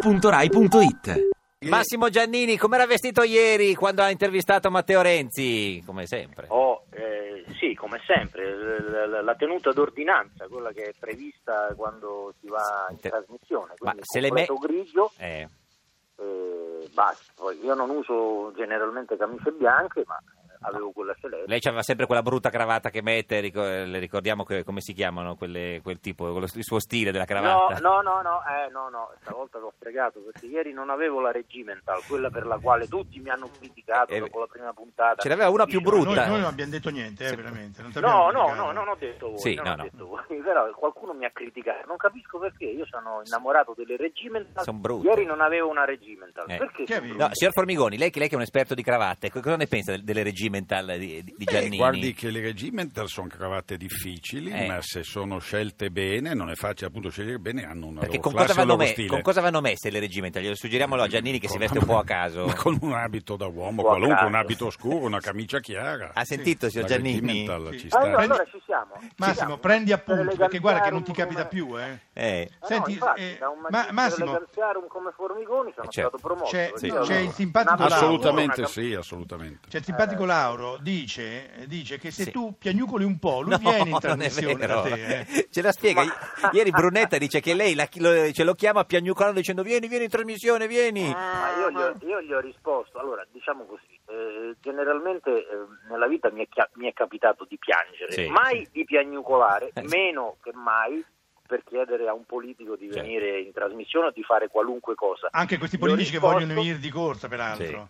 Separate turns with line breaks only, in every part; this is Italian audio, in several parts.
radio2pod.rai.it
Massimo Giannini, come era vestito ieri quando ha intervistato Matteo Renzi? Come sempre.
Oh, eh, sì, come sempre, l- l- la tenuta d'ordinanza, quella che è prevista quando si va in
Inter-
trasmissione,
Ma
quindi
se le me-
completo grigio
Eh,
e basta. Poi io non uso generalmente camicie bianche, ma eh, avevo quella celeste.
lei aveva sempre quella brutta cravatta che mette, rico- le ricordiamo che- come si chiamano quelle- quel tipo, quello- il suo stile della
No,
cravatta.
no, no, no, eh, no, no, stavolta l'ho fregato perché ieri non avevo la regimental, quella per la quale tutti mi hanno criticato
Eh,
dopo la prima puntata.
Ce l'aveva una più
Dicevo,
brutta.
Noi, noi non abbiamo detto niente, eh,
Sì.
veramente. non t'abbiamo
No, no,
criticato.
no, non ho detto voi,
Sì,
non
no,
ho
no.
detto voi, però qualcuno mi ha criticato, non capisco perché, io sono innamorato delle regimental,
Son brutte.
ieri non avevo una regimental,
Eh.
perché?
Che
son
avevi?
brutte?
No, signor Formigoni, lei, che- lei che è un esperto di cravatte, co- cosa ne pensa del- delle regimental di, di- di
Beh,
Giannini?
Eh, guardi che le regimental sono cravatte difficili,
Eh.
ma se sono scelte bene, non è facile appunto scegliere bene, hanno una
Perché
loro
con cosa,
classe, un
vanno
loro
me-
stile.
con cosa vanno messe le regimental? Glielo suggeriamolo a Giannini che si
Con-
veste un po' a caso.
Ma con un abito da uomo
Un po' a
qualunque, un
caso.
abito oscuro, una camicia chiara.
Ha sentito,
La
signor Giannini?
regimental
Sì.
ci
Ah,
sta.
no, allora ci siamo. ci
Massimo,
siamo.
prendi
Per
appunti, perché guarda che non ti
eleganziarum
capita
come-
più, eh.
Eh.
Ah, no,
Senti,
infatti,
eh,
da un
ma-
magistro
Massimo.
eleganziarum come Formigoni sono
Eh, certo.
stato promosso.
C'è-
perché
sì,
io
c'è
avevo
il
simpatico
una
Lauro.
Assolutamente
una-
sì, assolutamente.
Eh.
Cioè, il simpatico Lauro dice, dice che se
Sì.
tu piagnucoli un po', lui
No,
viene in
non è
trasmissione da
vero.
te. eh.
Ce la spiega.
Ma-
Ieri Brunetta dice che lei la- lo- ce lo chiama piagnucolando dicendo vieni, vieni in trasmissione, vieni.
Ma io, gli ho, io gli ho risposto, allora diciamo così, eh, generalmente eh, nella vita mi è, chia- mi è capitato di piangere,
Sì.
mai di piagnucolare,
Eh, sì.
meno che mai per chiedere a un politico di
Certo. Ah.
venire in trasmissione o di fare qualunque cosa.
Anche questi
Gli ho
politici che
risposto-
vogliono venire di corsa, peraltro.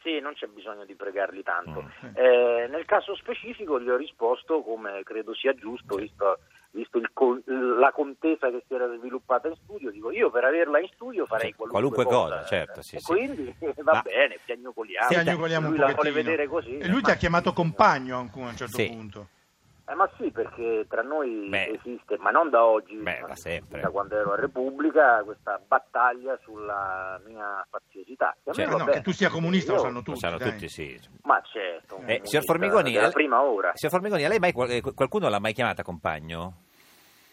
Sì, non c'è bisogno di pregarli tanto.
Mm.
Eh, nel caso specifico gli ho risposto come credo sia giusto, visto, visto il con- la contesa che si era sviluppata in studio, dico io per averla in studio farei
Sì,
qualunque,
qualunque cosa, certo, sì,
E
sì.
quindi va
Ma-
bene, piagnucoliamo.
Piagnucoliamo
lui
un
la vuole
pochettino.
vedere così. eh,
E lui
ma-
ti ha chiamato compagno anche a un certo
Sì.
punto.
Eh, ma sì, perché tra noi
Beh.
esiste, ma non da oggi,
Beh,
ma
da sempre.
quando ero a Repubblica, questa battaglia sulla mia faziosità. Che a me
Certo.
va
No,
bene,
che tu sia comunista lo
io-
sanno
Lo
tutti,
sanno
dai.
tutti, sì.
Ma certo. un
Eh, signor
comunista
Formigoni,
della
al-
prima ora.
Signor Formigoni, a lei mai qual- eh, qualcuno l'ha mai chiamata compagno?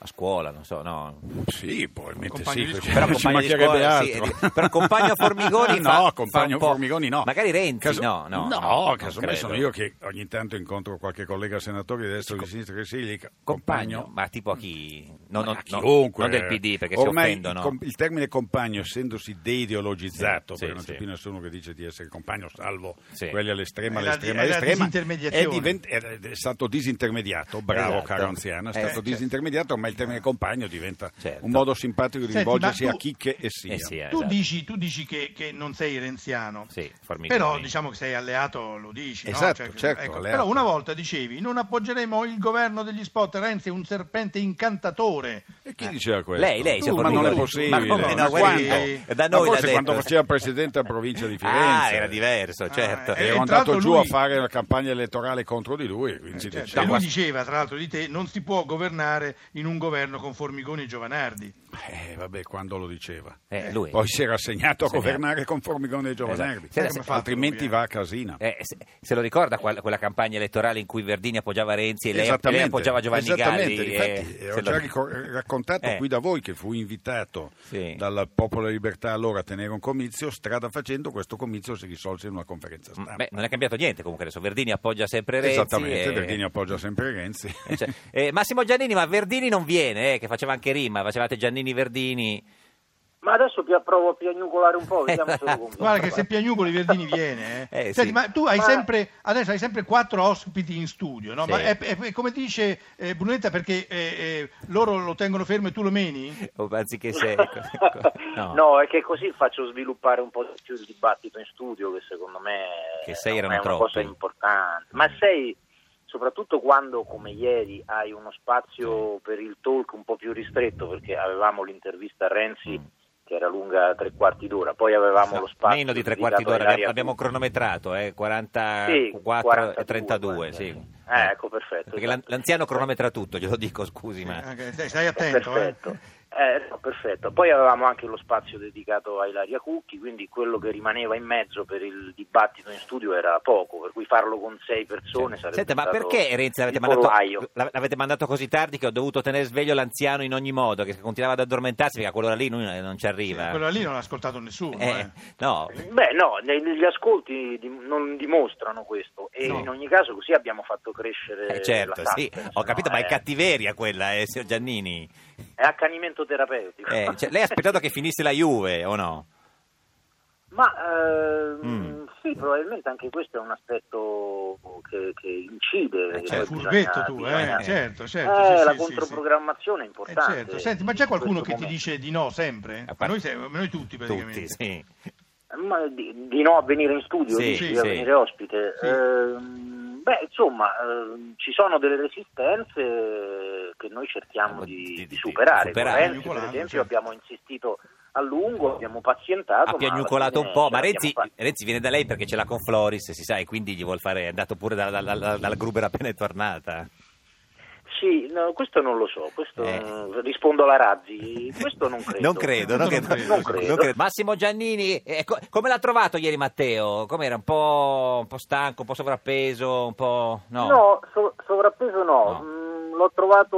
A scuola, non so, no.
Sì, probabilmente
Compagno
sì,
di
perché
scuola.
Però
ci
compagno di
mancherebbe
scuola, sì,
altro.
eh, di- però compagno Formigoni fa-
no,
fa
compagno
un po'.
Formigoni no.
Magari Renzi, no, no,
No,
no, non
casomai
credo.
sono io che ogni tanto incontro qualche collega senatore di destra o di sinistra che si gli dica
Compagno,
compagno.
ma tipo a chi? No, no,
a
no,
chiunque. eh.
non
eh.
del PD perché
Ormai
si offendono. Esatto,
Il, com- il termine compagno, essendosi deideologizzato,
Sì,
perché non
sì,
c'è
sì.
più nessuno che dice di essere compagno, salvo
Sì.
quelli all'estrema,
È la-
all'estrema,
è la
all'estrema,
disintermediazione.
È, divent- è- è stato disintermediato, bravo
Esatto.
caro anziano, è
Eh,
stato
certo.
disintermediato, ma il termine compagno diventa
Certo.
un modo simpatico di
Senti,
rivolgersi
ma
a
tu-
chi che e sia.
Eh sì, eh,
Tu
esatto.
dici, tu dici che, che non sei renziano,
Sì, Formigoni.
però diciamo che sei alleato, lo dici. no?
Esatto,
Cioè,
certo,
ecco,
alleato.
però una volta dicevi non appoggeremo il governo degli spot, Renzi è un serpente incantatore.
E chi diceva
Eh.
questo?
Lei, lei,
Tu,
signor
ma non è
Formigoni.
possibile.
Ma come eh,
no,
Ma
guardi,
quando?
da noi
Ma
l'ha
forse
detto.
quando faceva presidente della provincia di Firenze.
Ah, era diverso, certo.
eh,
Ero
E tra
andato
l'altro
giù
lui-
a fare la campagna elettorale contro di lui, quindi diciamo,
Cioè,
diciamo
diceva-
lui diceva tra l'altro di te non si può governare in un governo con Formigoni e Giovanardi.
Eh, vabbè, quando lo diceva.
Eh, lui.
Poi si era assegnato a
Assegnato.
governare con Formigone e Giovanardi,
Esatto. Sì,
come fa
altrimenti
lui, eh.
va a casina.
Eh, se, se lo ricorda qual- quella campagna elettorale in cui Verdini appoggiava Renzi e lei, e lei
Esattamente,
appoggiava Giovanni
esattamente,
Galli?
Infatti,
eh,
eh, ho
se lo-
già ricor- raccontato
Eh.
qui da voi che fu invitato
Sì.
dal Popolo e Libertà allora a tenere un comizio, strada facendo questo comizio si risolse in una conferenza
Mm,
stampa.
Beh, non è cambiato niente comunque adesso. Verdini appoggia sempre Renzi.
Esattamente,
e-
Verdini appoggia sempre Renzi.
e cioè- eh, Massimo Giannini, ma Verdini non viene, eh, che faceva anche rima, facevate Giannini Verdini.
Ma adesso vi approvo a piagnucolare un po', vediamo se lo convinco.
Guarda che se Piagnugoli Verdini viene, eh.
Eh,
Senti,
sì.
ma tu hai
Ma-
sempre adesso hai sempre quattro ospiti in studio, no? Ma
Sì.
è, è- è come dice eh, Brunetta perché eh, eh, loro lo tengono fermo e tu lo meni?
O anziché se... ecco.
no. è che così faccio sviluppare un po' di più il dibattito in studio, che secondo me
Che sei
non
erano
è una
troppi. Mm.
cosa importante. Ma sei, soprattutto quando, come ieri, hai uno spazio per il talk un po' più ristretto, perché avevamo l'intervista a Renzi, che era lunga tre quarti d'ora, poi avevamo
No,
lo spazio...
Mm. meno di tre
dedicato
quarti d'ora,
all'area
abbiamo, abbiamo cronometrato, eh, 44
Sì,
e
42,
32,
eh.
sì.
Eh, ecco, perfetto,
Perché l'an-
esatto.
l'anziano cronometra tutto, glielo dico, scusi, ma...
Eh, Stai stai
Eh,
attento, eh.
perfetto. Eh, no, perfetto. Poi avevamo anche lo spazio dedicato a Ilaria Cucchi, quindi quello che rimaneva in mezzo per il dibattito in studio era poco, per cui farlo con sei persone sarebbe
Senta, ma
stato
perché Renzi l'avete
il
mandato,
pollaio.
la- l'avete mandato così tardi che ho dovuto tenere sveglio l'anziano in ogni modo, che continuava ad addormentarsi perché a quell'ora lì lui non ci arriva.
Quella lì non l'ha ascoltato nessuno.
Eh,
eh.
no,
Beh, no, ne- gli ascolti di- non dimostrano questo e
No.
in ogni caso così abbiamo fatto crescere
eh, certo,
la
sì,
suspense,
ho
no?
capito, ma è
Eh,
cattiveria quella, eh, signor Giannini.
È accanimento terapeutico.
Eh, cioè, lei ha aspettato che finisse la Juve, o no?
Ma ehm,
Mm.
sì, probabilmente anche questo è un aspetto che, che incide.
Eh,
che
certo.
poi
Furbetto tu,
bisogna-
eh,
eh.
certo, certo.
Eh,
sì, sì,
la
sì,
controprogrammazione è
sì. Eh,
importante.
certo. Senti, ma c'è qualcuno
in
che
questo
ti
momento.
dice di no sempre?
A
Ma
parte-
noi, se- ma noi tutti praticamente.
Tutti, sì.
Ma di, di no a venire in studio,
Sì,
dici,
sì.
di a venire ospite.
Sì.
Ehm, beh, insomma, ehm, ci sono delle resistenze che noi cerchiamo
Ah, Di-
di,
di-
di
di
superare. Con
superare.
Renzi, per
Piagnucolando,
esempio,
certo.
abbiamo insistito a lungo, abbiamo pazientato.
Ha
ma alla
piagnucolato
fine
un po',
ce
ma
l'abbiamo
Renzi,
fatta.
Renzi viene da lei perché ce l'ha con Floris, si sa, e quindi gli vuol fare, è andato pure dalla, dalla- dalla- dalla Gruber appena è tornata.
Sì, no, questo non lo so, questo,
Eh.
rispondo alla Razzi, questo non credo.
Non credo, non
Non
credo.
credo.
non
credo.
credo. Massimo Giannini, eh, co- come l'ha trovato ieri Matteo? Com'era? Un po', un po' stanco, un po' sovrappeso, un po'... No,
so- sovrappeso no,
No.
Mm, l'ho trovato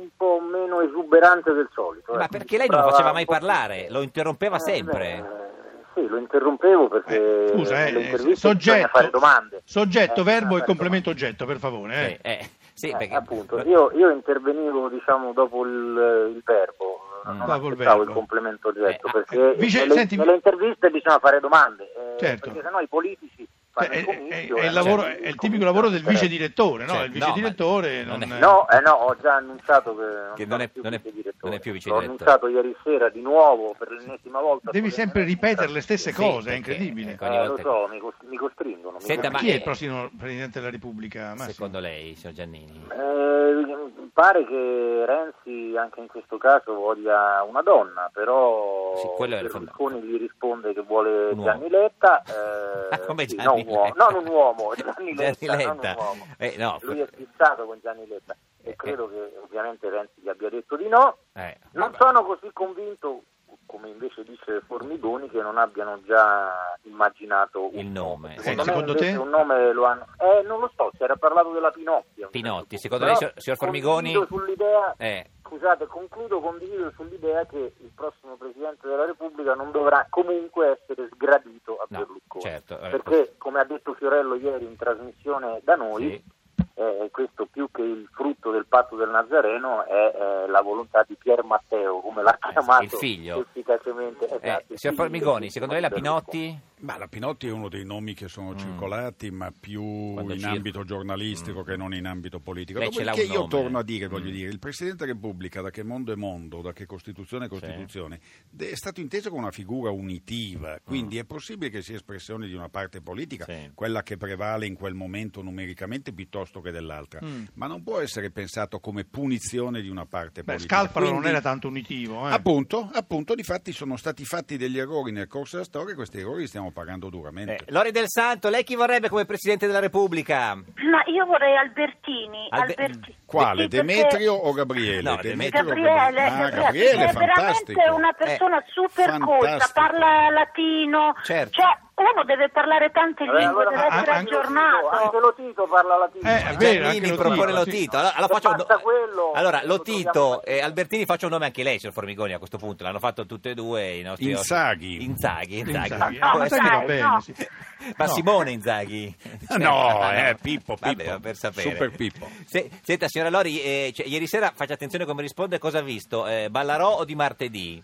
un po' meno esuberante del solito.
ma
ecco.
perché lei non lo
Sembrava
faceva
un
mai
po'
parlare, lo interrompeva
Eh,
sempre.
beh, sì, lo interrompevo perché
Eh, scusa, eh,
nelle interviste bisogna
soggetto,
fare domande.
soggetto,
Eh,
verbo
bisogna
e
fare
complemento
domande.
oggetto, per favore. eh.
Sì, eh, sì,
Eh,
perché-
appunto, io, io intervenivo diciamo dopo il, il verbo,
Mm.
non
Dopo il
aspettavo il
verbo.
complemento oggetto,
Eh, ah,
perché
eh, vice-
nelle,
senti-
nelle interviste bisogna fare domande, eh,
Certo.
perché sennò i politici
Cioè,
fanno
è,
il eh. comizio
è- è
e
il lavoro-
alla fine
è il tipico
comizio
lavoro del
non c'è.
vice direttore, no?
Cioè,
il vice
no,
direttore
ma-
non,
non è-
No, eh no, ho già annunciato che non,
Che
sono
non è-
più
non è-
vice direttore.
non è più vice
L'ho
direttore.
annunciato ieri sera di nuovo per l'ennesima volta.
Devi sempre ripetere le stesse
Sì,
cose, è
perché,
incredibile.
ecco,
cose. Eh, lo
volta-
so, mi, cos- mi costringono. mi
Senta,
Ma
ma-
chi è
eh,
il prossimo Presidente della Repubblica, Massimo?
Secondo lei, signor Giannini?
Eh, pare che Renzi anche in questo caso voglia una donna, però
Sì, quello è il
Berlusconi gli risponde che vuole
Un uomo.
Gianni Letta. eh,
Ah, come
sì,
Gianni
non, un uomo,
Letta.
non un uomo, Gianni Letta.
Gianni
non un
Letta.
uomo.
Eh, no,
Lui è fissato con Gianni Letta
Eh,
e credo che ovviamente Renzi gli abbia detto di no.
eh,
Non
vabbè.
sono così convinto, come invece dice Formigoni, che non abbiano già immaginato un
Il nome.
Secondo,
Eh, secondo
me invece
te?
un nome lo hanno. Eh, non lo so, si era parlato della Pinotti. a un
Pinotti,
certo
secondo lei,
punto, però
signor- signor Formigoni?
condivido sull'idea-
Eh,
Scusate, concludo, condivido sull'idea che il prossimo Presidente della Repubblica non dovrà comunque essere sgradito a
No,
Berlusconi.
certo, eh, questo-
perché, come ha detto Fiorello ieri in trasmissione da noi,
sì.
eh, questo più che il frutto del patto del Nazareno è eh, la volontà di Pier Matteo, come l'ha chiamato
il figlio.
efficacemente.
Eh,
Esatto, il
signor
figlio
Formigoni,
di
secondo lei la
Berlusconi.
Pinotti?
Ma la Pinotti è uno dei nomi che sono circolati, ma più
Mm. Quando
in
circo-
ambito giornalistico che non in ambito politico.
Lei ce l'ha
Dopodiché
un
io
nome.
torno a dire, voglio
Mm.
dire, il Presidente della Repubblica, da che mondo è mondo, da che Costituzione è Costituzione, de- è stato inteso come una figura unitiva, quindi è possibile che sia espressione di una parte politica,
Mm. Sì.
quella che prevale in quel momento numericamente piuttosto che dell'altra,
Mm.
ma non può essere pensato come punizione di una parte
Beh,
politica.
Scalfaro non
Quindi-
era tanto unitivo. eh.
Ah,
Appunto, appunto, difatti sono stati fatti degli errori nel corso della storia e questi errori li stiamo pagando duramente.
Eh, Lori del Santo, lei chi vorrebbe come Presidente della Repubblica?
Ma io vorrei Albertini.
Albe-
Alberti-
Quale?
Sì, perché
Demetrio o Gabriele?
No,
Demetrio o
Gabriele,
Ah,
Gabriele,
Gabriele,
è
fantastico.
veramente una persona
Eh,
super colta,
fantastico.
parla latino,
Certo.
cioè uno deve parlare tante
Vabbè,
lingue,
Eh, allora
deve
an-
essere
an-
aggiornato.
Anche lo Tito parla latino.
Eh, è vero,
Giannini
anche Lotito,
propone
sì.
Lotito. Allora, allora
Se
faccio un
passa quello,
allora
lo
Lotito
troviamo.
e Albertini faccio un nome anche lei, signor Formigoni, a questo punto. L'hanno fatto tutte e due i nostri
Inzaghi.
ospiti. Inzaghi, Inzaghi.
Inzaghi.
No,
Ah, ma sai che va
dai,
bene,
no.
sì.
Ma
No.
Simone Inzaghi?
No, eh, Pippo, Pippo.
Vabbè, ma per sapere.
Super Pippo.
Se- senta, signora Lori, eh, cioè, ieri sera faccia attenzione come risponde, cosa ha visto? Eh, Ballarò o di martedì?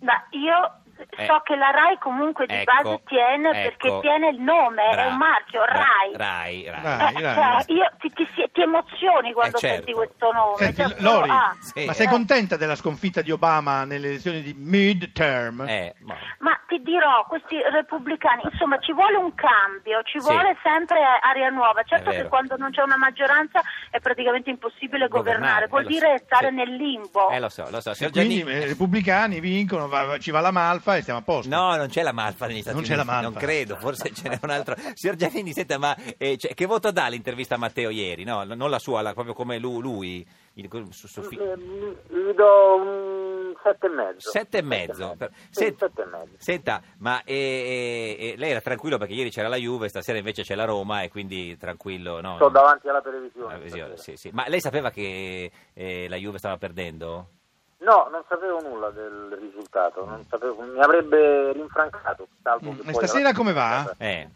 Ma io
Eh.
so che la RAI comunque di
Ecco,
base tiene
ecco.
perché tiene il nome, è
Bra-
un marchio,
Bra-
RAI.
Rai, Rai.
Rai,
Eh,
Rai.
cioè, io ti, ti si- ti emozioni quando
Eh, certo.
senti questo nome.
Senti,
cioè,
Lori,
ah.
Sì.
ma sei
Eh.
contenta della sconfitta di Obama nelle elezioni di midterm?
Eh, ma-
Ma ti dirò, questi repubblicani, insomma, ci vuole un cambio, ci
Sì.
vuole sempre aria nuova. Certo
È vero.
che quando non c'è una maggioranza è praticamente impossibile governare, vuol
eh, lo so.
dire stare
Sì.
nel limbo.
Eh, lo so, lo so.
E
Signor
quindi
Giannini-
eh, i repubblicani vincono, va- va- ci va la malfa e siamo a posto.
No, non c'è la malfa negli Stati
Non
Uniti.
c'è la malfa.
Non credo, forse ce n'è un altro. Signor Giannini, senta, ma eh, cioè, che voto dà l'intervista a Matteo ieri? No, non la sua, la- proprio come lu- lui. il- su- su- fi-
Eh, Gli do un sette e mezzo.
Sette e mezzo. Per-
Sì,
Sent-
sette e mezzo.
Senta, ma eh, eh, eh, lei era tranquillo perché ieri c'era la Juve, stasera invece c'è la Roma e quindi tranquillo. No?
Sto davanti alla televisione.
Ah, sì,
stasera.
sì, sì. Ma lei sapeva che eh, la Juve stava perdendo?
No, non sapevo nulla del risultato, non
Mm.
sapevo- mi avrebbe rinfrancato. salvo
Mm,
che
e
poi
stasera
alla-
come va?
Eh.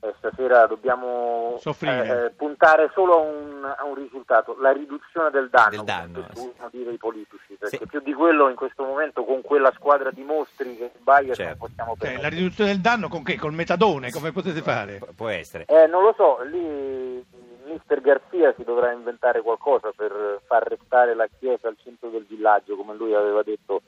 Eh, stasera dobbiamo
Soffrire.
eh, eh, puntare solo a un, a un risultato, la riduzione del danno,
Del danno,
come
sì.
devono dire i politici, perché
Sì.
più di quello in questo momento con quella squadra di mostri che il Bayern
Certo.
non possiamo
Cioè, la
perdere.
riduzione del danno con che? Col metadone, come potete fare?
Pu- può essere.
Eh, non lo so, lì mister Garzia si dovrà inventare qualcosa per far restare la chiesa al centro del villaggio, come lui aveva detto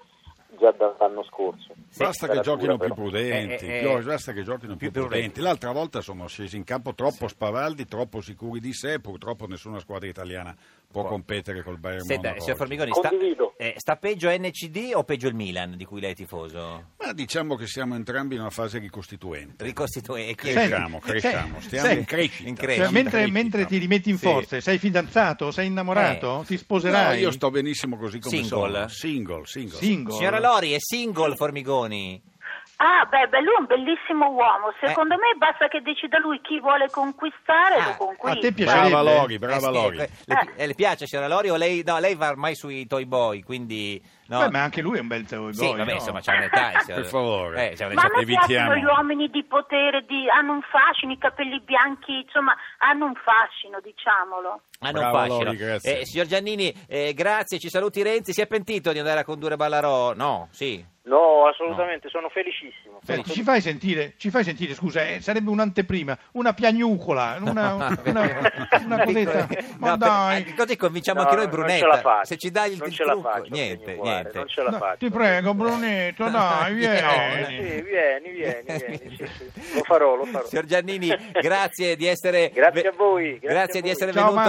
già dall'anno scorso.
Basta
Era
che giochino
dura,
più
però.
prudenti,
Eh, eh,
Pior-
eh.
basta che giochino
Più
più,
prudenti.
prudenti. L'altra volta sono scesi in campo troppo spavaldi, troppo sicuri di sé, purtroppo nessuna squadra italiana può
Può.
competere col Bayern
Senta,
Monaco
signor
oggi.
Formigoni, sta,
Condivido.
eh, sta peggio NCD o peggio il Milan di cui lei è tifoso?
Ma diciamo che siamo entrambi in una fase ricostituente.
Ricostituente.
Cresciamo,
Senti,
cresciamo,
se-
stiamo
se-
in crescita.
in
Cioè,
crescita.
stiamo in
mentre, mentre ti rimetti in
Sì. Eh.
forze, sei fidanzato? Sei innamorato? Ti
No,
sposerai?
io sto benissimo così come
Single.
sono. Single, single.
Single?
Signora Lori, è single Formigoni?
Ah, beh, beh, lui è un bellissimo uomo. Secondo
Eh.
me basta che decida lui chi vuole conquistare,
Ah,
lo conquista.
a te piace-
Brava
Piacerebbe.
Lori,
Eh,
brava
sì,
Lori.
eh, Le, pi- eh, le piace signora Lori o lei, no, lei va ormai sui Toy Boy, quindi... No.
Beh, ma anche lui è un bel boy,
sì, vabbè,
no?
insomma, c'è un'età. eh, signora-
Per favore.
Eh, c'è
Ma
un'età-
a me
evitiamo.
piacciono gli uomini di potere, di- hanno un fascino, i capelli bianchi, insomma, hanno un fascino, diciamolo.
Ah, non
Bravo,
facile.
Lori, grazie.
Eh, signor Giannini, eh, grazie, ci saluti Renzi. Si è pentito di andare a condurre Ballarò? No, sì.
No, assolutamente, sono felicissimo.
Senti, ci fai sentire, ci fai sentire, scusa, eh, sarebbe un'anteprima, una piagnucola, una, una, una cosetta.
No, per-
Ma dai.
eh, così convinciamo
No,
anche noi
non
Brunetta.
ce la faccio.
Se ci dai il,
Non
il
ce la
trucco,
faccio,
niente,
signore,
niente.
non ce la
No,
faccio. Eh,
ti prego, Brunetto, dai,
Sì,
vieni.
vieni, vieni, vieni, sì, sì. Lo farò, lo farò.
Signor Giannini, grazie di essere
Grazie a voi,
Grazie,
grazie
di
a voi.
essere
Ciao
venuto.